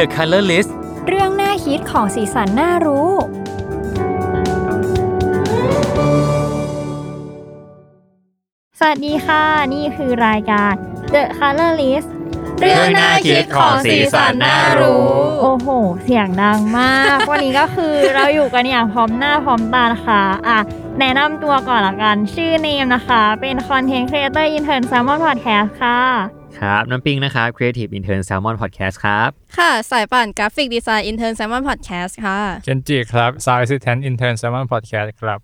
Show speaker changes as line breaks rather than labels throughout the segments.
The Color List
เรื่องหน้าฮิตของสีสันน่ารู้ สวัสดีค่ะ นี่คือรายการ The Color List
เรื่องน่าคิดของสีสันน่ารู้
โอ้โห เสียงดังมาก วันนี้ก็คือเราอยู่กันอย่างพร้อมหน้าพร้อมตานะคะ อ่ะ แนะนำตัวก่อนละกัน ชื่อเนมนะคะ เป็นคอนเทนต์ครีเอเตอร์อินเทอร์นแซมมอนพอดแคสต์ค่ะ
ครับ น้ำปิงนะครับ Creative Intern Salmon Podcast ครับ
ค่ะ สายป่านกราฟิกดีไซน์อินเทอร์นแซมมอนพอดแคสต์ค่ะ
เคนจิครับ s าว Assistant Intern s ซ m o n Podcast ครับ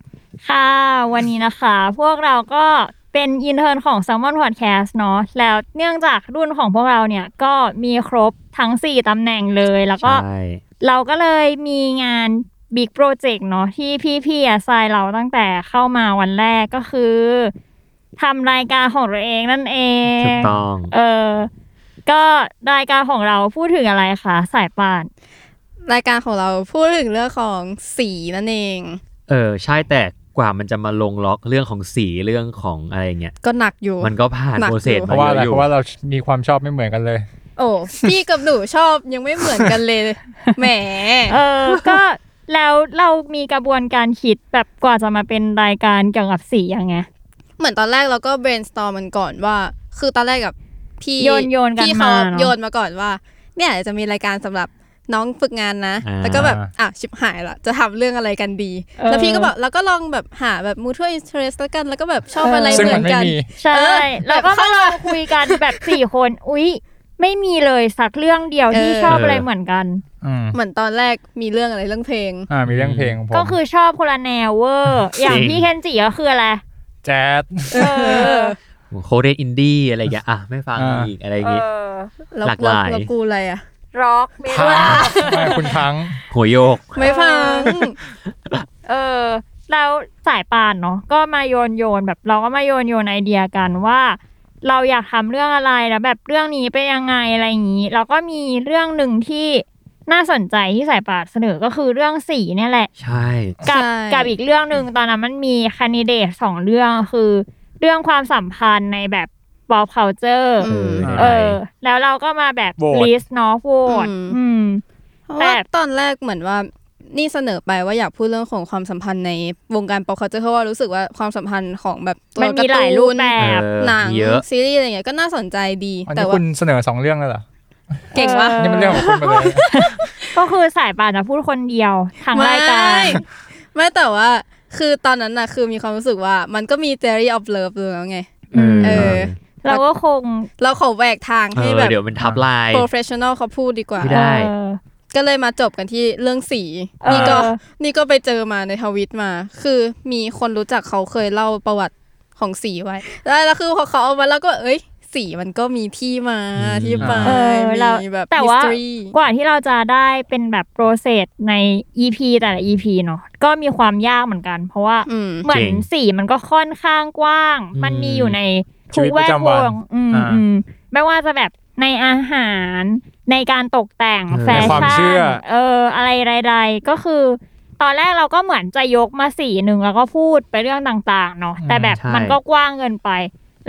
ค่ะ วันนี้นะคะ พวกเราก็เป็นอินเทอร์นของ s ซ l m o n Podcast เนาะแล้วเนื่องจากรุ่นของพวกเราเนี่ย ก็มีครบทั้ง 4 ตำแหน่งเลย แล้วก็
ใช่
เราก็เลยมีงาน Big Project เนาะที่พี่ๆอะทรายเราตั้งแต่เข้ามาวันแรกก็คือทำรายการของตัวเองนั่นเอง
ถูกต้อง
เออ ก็รายการของเราพูดถึงอะไรคะสายป่าน
รายการของเราพูดถึงเรื่องของสีนั่นเอง
เออ ใช่แต่กว่ามันจะมาลงล็อกเรื่องของสีเรื่องของอะไรอย่างเงี้ย
ก็หนักอยู่
มันก็ผ่าน
หอ
โปร
ยู่
เซส
เพราะว่าอะไร
อยู่
เพราะว่าเรามีความชอบไม่เหมือนกันเลย
โอ้พี่กับหนูชอบยังไม่เหมือนกัน เลย แหม
เออ ก็แล้วเรามีกระบวนการคิดแบบกว่าจะมาเป็นรายการเกี่ยวกับสียังไง
เหมือนตอนแรกเราก็ brainstorm มันก่อนว่า คือตอนแรกกับพี่
โยนโยนกัน
พี่เขา
มาเนอะ
โยนมาก่อนว่า เนี่ยจะมีรายการสำหรับน้องฝึกงานนะ
อ่า
แล้วก็แบบอ่ะชิบหายละจะทำเรื่องอะไรกันดี แล้วพี่ก็บอกแล้วก็ลองแบบหาแบบ mutual interest แล้วกันแล้วก็แบบชอบอะไร
ซึ่ง
เหมื
มั
อน
ไม่
กัน
มี
ใช่
เออ
แล้วก็
แบบ
มา
เข้า
ลองคุยกันแบบสี่คน อุ๊ย ไม่มีเลยสักเรื่องเดียวที่
เออ
ชอบอะไร
เออ
เหมือนกัน
อืม
เหมือนตอนแรกมีเรื่องอะไรเรื่องเพลง
อ่า มีเรื่องเพลงของผม
ก็คือชอบคนละแนวเวอร์อย่า
จ
ง
ริง
พี่เคนจิก็คืออะไร
แจ๊ด
เออ
โคเรอินดี้อะไรอย่างเงี้ย อ่ะ ไม่ฟัง
อ่า
อีกอะไรอย่า
เอง
งี้
อ
แล้ว
หลากหลาย
แล้วกูอะไรอ่ะ
ร็อกเม
ทั้ง
ทัล
ไม่คุณทั้ง
หัวโยก
ไม่ ฟัง
เออ แล้วสายป่านเนาะก็มาโยนโยนแบบเราก็มาโยนโยนไอเดียกันว่า เราอยากทำเรื่องอะไรแล้วแบบเรื่องนี้เป็นยังไงอะไรอย่างนี้แล้วก็มีเรื่องหนึ่งที่น่าสนใจที่สายป่านเสนอก็คือเรื่องสีเนี่ยแหละ
ใช่
กับ
ใช่
กับอีกเรื่องหนึ่งตอนนั้นมันมีคันดิเดตสองเรื่องคือ เรื่องความสัมพันธ์ในแบบบอ p เคาเจอร์
เออ
อืม
เอ
ได้
อ แล้วเราก็มาแบบ
โหวต
ลิสต์เนาะโหวต
อืม
อืม
เพราะว่า
แต่
ตอนแรกเหมือนว่านี่เสนอไปว่าอยากพูดเรื่องของความสัมพันธ์ในวงการปอเขาจะเพราะว่ารู้สึกว่าความสัมพันธ์ของแบบตัว
มัน
กา
มี
ร์
หลาย
ตู
รูป
น
แบบ
เออ
หนัง
มีเยอะ
ซีรีส์อะไรอย่างเงี้ยก็น่าสนใจดี
อัน
แต่
นี้
ว่า
คุณเสนอสองเรื่องแล้วเหรอ
เก่งปะ
นี่มันเรื่องของคุณไปเลย
ก็คือสายป่านจะพูดคนเดียวทางรายการ
ไม่แต่ว่าคือตอนนั้นน่ะคือมีความรู้สึกว่ามันก็มี theory of love อยู่แล้วไง
เออ
เออ
เราก็คง
เราขอแหวกทาง
เอ
ให้
อ
แบบ
เดี๋ยวมันทับลาย
professional เขาพูดดีกว่า
ไม่ได้
เออ
ก็เลยมาจบกันที่เรื่องสี
เออ
นี่ก็นี่ก็ไปเจอมาในทวิตมา คือมีคนรู้จักเขาเคยเล่าประวัติของสีไว้ แล้วแล้วคือพอเขาเอามาแล้วก็เอ้ย สีมันก็มีที่มา
อืม
ที่ไป
เออเรา
มีแบบ
แต่ว่า
history
กว่าที่เราจะได้เป็นแบบโปรเซสใน EP แต่ละ EP เนาะก็มีความยากเหมือนกัน เพราะว่า
อืม
เหมือน
จริง
สีมันก็ค่อนข้างกว้าง
อืม
มันมีอยู่ใน
ชี
ทุ
วิ
ก
ต
แว
ประ
ด
จำ
ว
วัน
งอืม
อ่า
อืมไม่ว่าจะแบบในอาหารในการตกแต่งแฟ
ในความ
ชั่
เชื่อ
นเอออะไรใดๆก็คือ ตอนแรกเราก็เหมือนจะยกมาสีหนึ่งแล้วก็พูดไปเรื่องต่างๆเนาะแต่แบบ
ใช่
มันก็กว้างเกินไป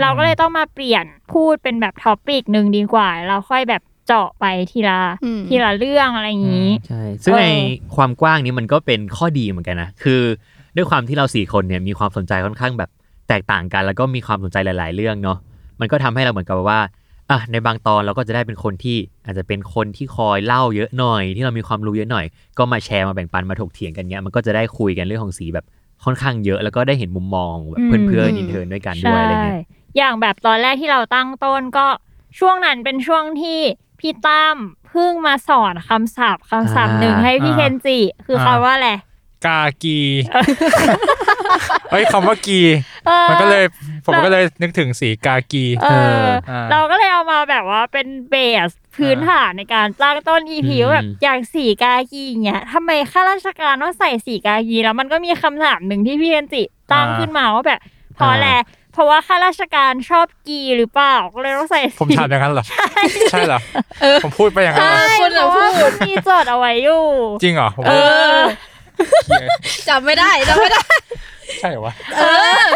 เราก็เลยต้องมาเปลี่ยนพูดเป็นแบบท็อปิกหนึ่งดีกว่า เราค่อยแบบเจาะไปทีละ
อืม
ทีละเรื่องอะไรอย่างนี้
ใช่ ซึ่ง
เออ
ในความกว้างนี้มันก็เป็นข้อดีเหมือนกันนะ คือด้วยความที่เราสี่คนเนี่ยมีความสนใจค่อนข้างแบบ แตกต่างกันแล้วก็มีความสนใจหลาย ๆ เรื่องเนาะมันก็ทำให้เราเหมือนกับว่าอ่ะในบางตอนเราก็จะได้เป็นคนที่อาจจะเป็นคนที่คอยเล่าเยอะหน่อย ที่เรามีความรู้เยอะหน่อย ก็มาแชร์มาแบ่งปันมาถกเถียงกันเนี้ยมันก็จะได้คุยกันเรื่องของสีแบบค่อนข้างเยอะ แล้วก็ได้เห็นมุมมองแบบเพื่อน
อืม
ๆอินเทอร์ด้วยกันด้วย
ใช่
อะไรเงี้ย
อย่างแบบตอนแรกที่เราตั้งต้นก็ช่วงนั้นเป็นช่วงที่พี่ตั้มเพิ่งมาสอนคำศัพท์คำศัพท์หนึ่งให้พี่
อ่า
เคนจิ คืออา คำว่าอะไร
กากีเอ้ยคำว่ากี
เออ
มันก็เลยผม
เรา
ก็เลยนึกถึงสีกากี
เออ
อ่า
เราก็เลยเอามาแบบว่าเป็นเบสพื้นฐานในการตั้งต้น EP ว่าแบบอย่างสีกากีอย่างเงี้ยทำไมข้าราชการต้องใส่สีกากีแล้วมันก็มีคำถามหนึ่งที่พี่เคนจิตั้ง
อ่า
ขึ้นมาว่าแบบเพราะอะไรเพราะว่าข้าราชการชอบกีหรือเปล่าก็เลยต้องใส่สี
ผมถามอย่างนั้นเหรอ ใช่เหรอ ผมพูดไปอย่างนั้น
ใช่
เหรอ
คุณ
เพ
น่ะ
ราะว่า
พู
คุ
ด
ณมีจดเอาไว้อยู่
จริงเหรอผม
เออ
จำไม่ได้จำไม่ได้
ใช่เหรอวะ
เออ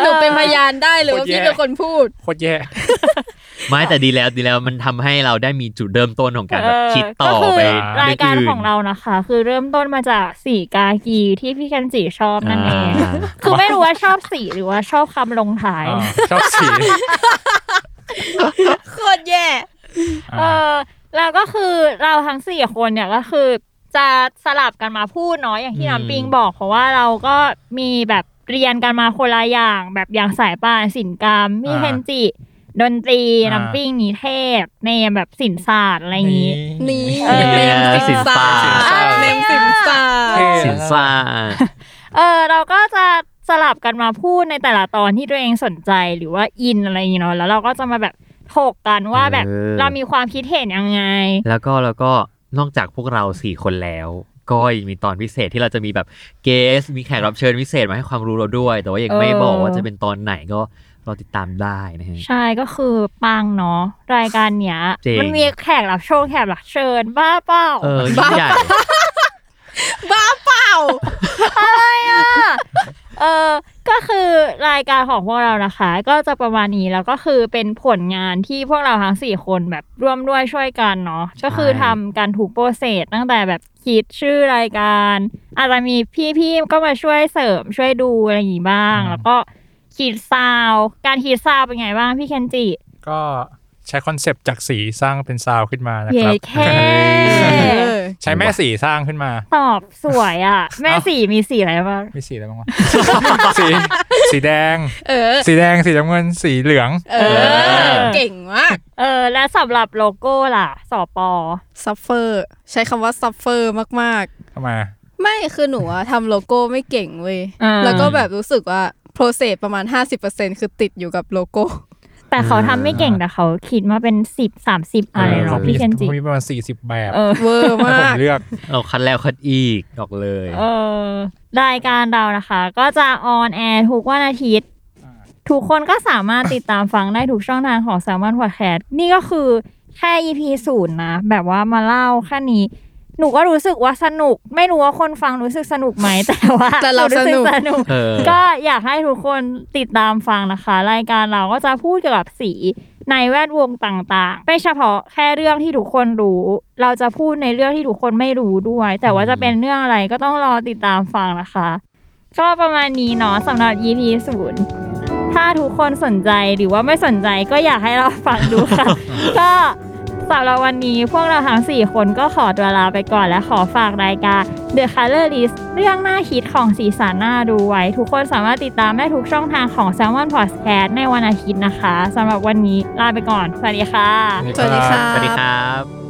หนูเป็นพยานได้เลยว่าพี่
โคตรแย่
เป็นคนพูด
โคตรแย่
ไม่แต่ดีแล้วดีแล้วมันทำให้เราได้มีจุดเริ่มต้นของการแบบคิดต่อ
เก็
ไป
คือรายการ
เ
ของเรานะคะ คือเริ่มต้นมาจากสีกากีที่พี่กันจิชอบนั่นเอง
อ่า
คือไม่รู้ว่าชอบสีหรือว่าชอบคำลงท้าย
อ่าชอบสี
โคตรแย่
เออแล้วก็คือเราทั้งสี่คนเนี่ยก็คือจะสลับกันมาพูดเนาะอย่างที่
อืม
น้ำปิงบอก เพราะว่าเราก็มีแบบเรียนกันมาคนละอย่าง แบบอย่างสายป่านศิลปกรรมมีเคนจิ ดนตรีน้ำปิงนิเทศในแบบศิลปศาสตร์อะไรอย่างนี้
นี่
เออ
เนมสินสา
ใช่
เนมสินสา
เท่ะ
สินซ่า
เออเราก็จะสลับกันมาพูดในแต่ละตอนที่ตัวเองสนใจหรือว่าอินอะไรอย่างงี้เนาะแล้วเราก็จะมาแบบถกกันว่าแบบ
เออ
เรามีความคิดเห็นยังไง
แล้วก็แล้วก็นอกจากพวกเราสี่คนแล้ว ก็ยังมีตอนพิเศษที่เราจะมีแบบเกส มีแขกรับเชิญพิเศษมาให้ความรู้เราด้วย แต่ว่ายังไม่
เออ
บอกว่าจะเป็นตอนไหนก็รอติดตามได้นะฮะ
ใช่ก็คือปังเนาะรายการเนี้ย
จริง
มัมีแขกรับโชว์แขกรับเชิญบ้าเปล่า
เออยิ่งใหญ่
บ้าเปล่า
เออก็คือรายการของพวกเรานะคะ ก็จะประมาณนี้แล้วก็คือเป็นผลงานที่พวกเราทั้งสี่คนแบบร่วมด้วยช่วยกันเนาะก็คือทำการถูกโปรเซสตั้งแต่แบบคิดชื่อรายการ อาจจะมีพี่ๆก็มาช่วยเสริมช่วยดูอะไรอย่างงี้บ้าง แล้วก็คิดซาวด์การคิดซาวด์เป็นไงบ้างพี่เคนจิ
ก็ใช้คอนเซปต์จากสีสร้างเป็นซาวด์ขึ้นมานะ
เย
ครับ
แค่
ใช้แม่สีสร้างขึ้นมา
ตอบสวย อ่ะ แม่
เอ้า
สีมีสีอะไรบ้าง
มีสีอะไรบ้างวะ สี สีแดง
เออ
สีแดง สีน้ำเงิน สีเหลือง
เออ เก่งมาก
เออ และสำหรับโลโก้ล่ะสอปอ
ซัฟเฟอร์ ใช้คำว่าซัฟเฟอร์มาก
ทำไมอะ
ๆ ไม่คือหนูอะทำโลโก้ไม่เก่งเว้ย
อ่า
แล้วก็แบบรู้สึกว่า โปรเซสประมาณ 50%คือติดอยู่กับโลโก้
แต่เขาทำไม่เก่งแต่เขาคิดมาเป็นสิบสามสิบอะไร
เออ
เนาะ
มี
พี่เคนจิ
ผมมีประมาณสี่สิบแบบ
เออ
เวอร์
แล้วผม
าก
มเลือก
เราคัดแล้วคัดอีกออกเลย
เออ รายการเรานะคะ ก็จะออนแอร์ทุกวันอาทิตย์ ทุกคนก็สามารถติดตามฟังได้ทุกช่องทางของ s ซ l m o n Podcast นี่ก็คือแค่ EP ศูนย์นะ แบบว่ามาเล่าแค่นี้ หนูก็รู้สึกว่าสนุก ไม่รู้ว่าคนฟังรู้สึกสนุกไหม แต่ว่า
แต่เราสนุก
หสนุก
เออ
ก็อยากให้ทุกคนติดตามฟังนะคะ รายการเราก็จะพูดเกี่ยวกับสีในแวดวงต่างๆไม่เฉพาะแค่เรื่องที่ทุกคนรู้ เราจะพูดในเรื่องที่ทุกคนไม่รู้ด้วย แต่ว่าจะเป็นเรื่องอะไรก็ต้องรอติดตามฟังนะคะ ก็ประมาณนี้เนาะสำหรับ EP ศูนย์ถ้าทุกคนสนใจหรือว่าไม่สนใจก็อยากให้เราฟังดูค่ะ ก็สำหรับวันนี้พวกเราทั้ง 4 คนก็ขอตัวลาไปก่อนและขอฝากรายการ The Color List เรื่องหน้าคิดของสีสันหน้าดูไว้ ทุกคนสามารถติดตามได้ทุกช่องทางของ s ซ l m o n Podcast ในวันอาทิตย์นะคะสำหรับวันนี้ลาไปก่อน สวัสดีค่ะ
สวัสดีค่ะ
สวัสดีครับ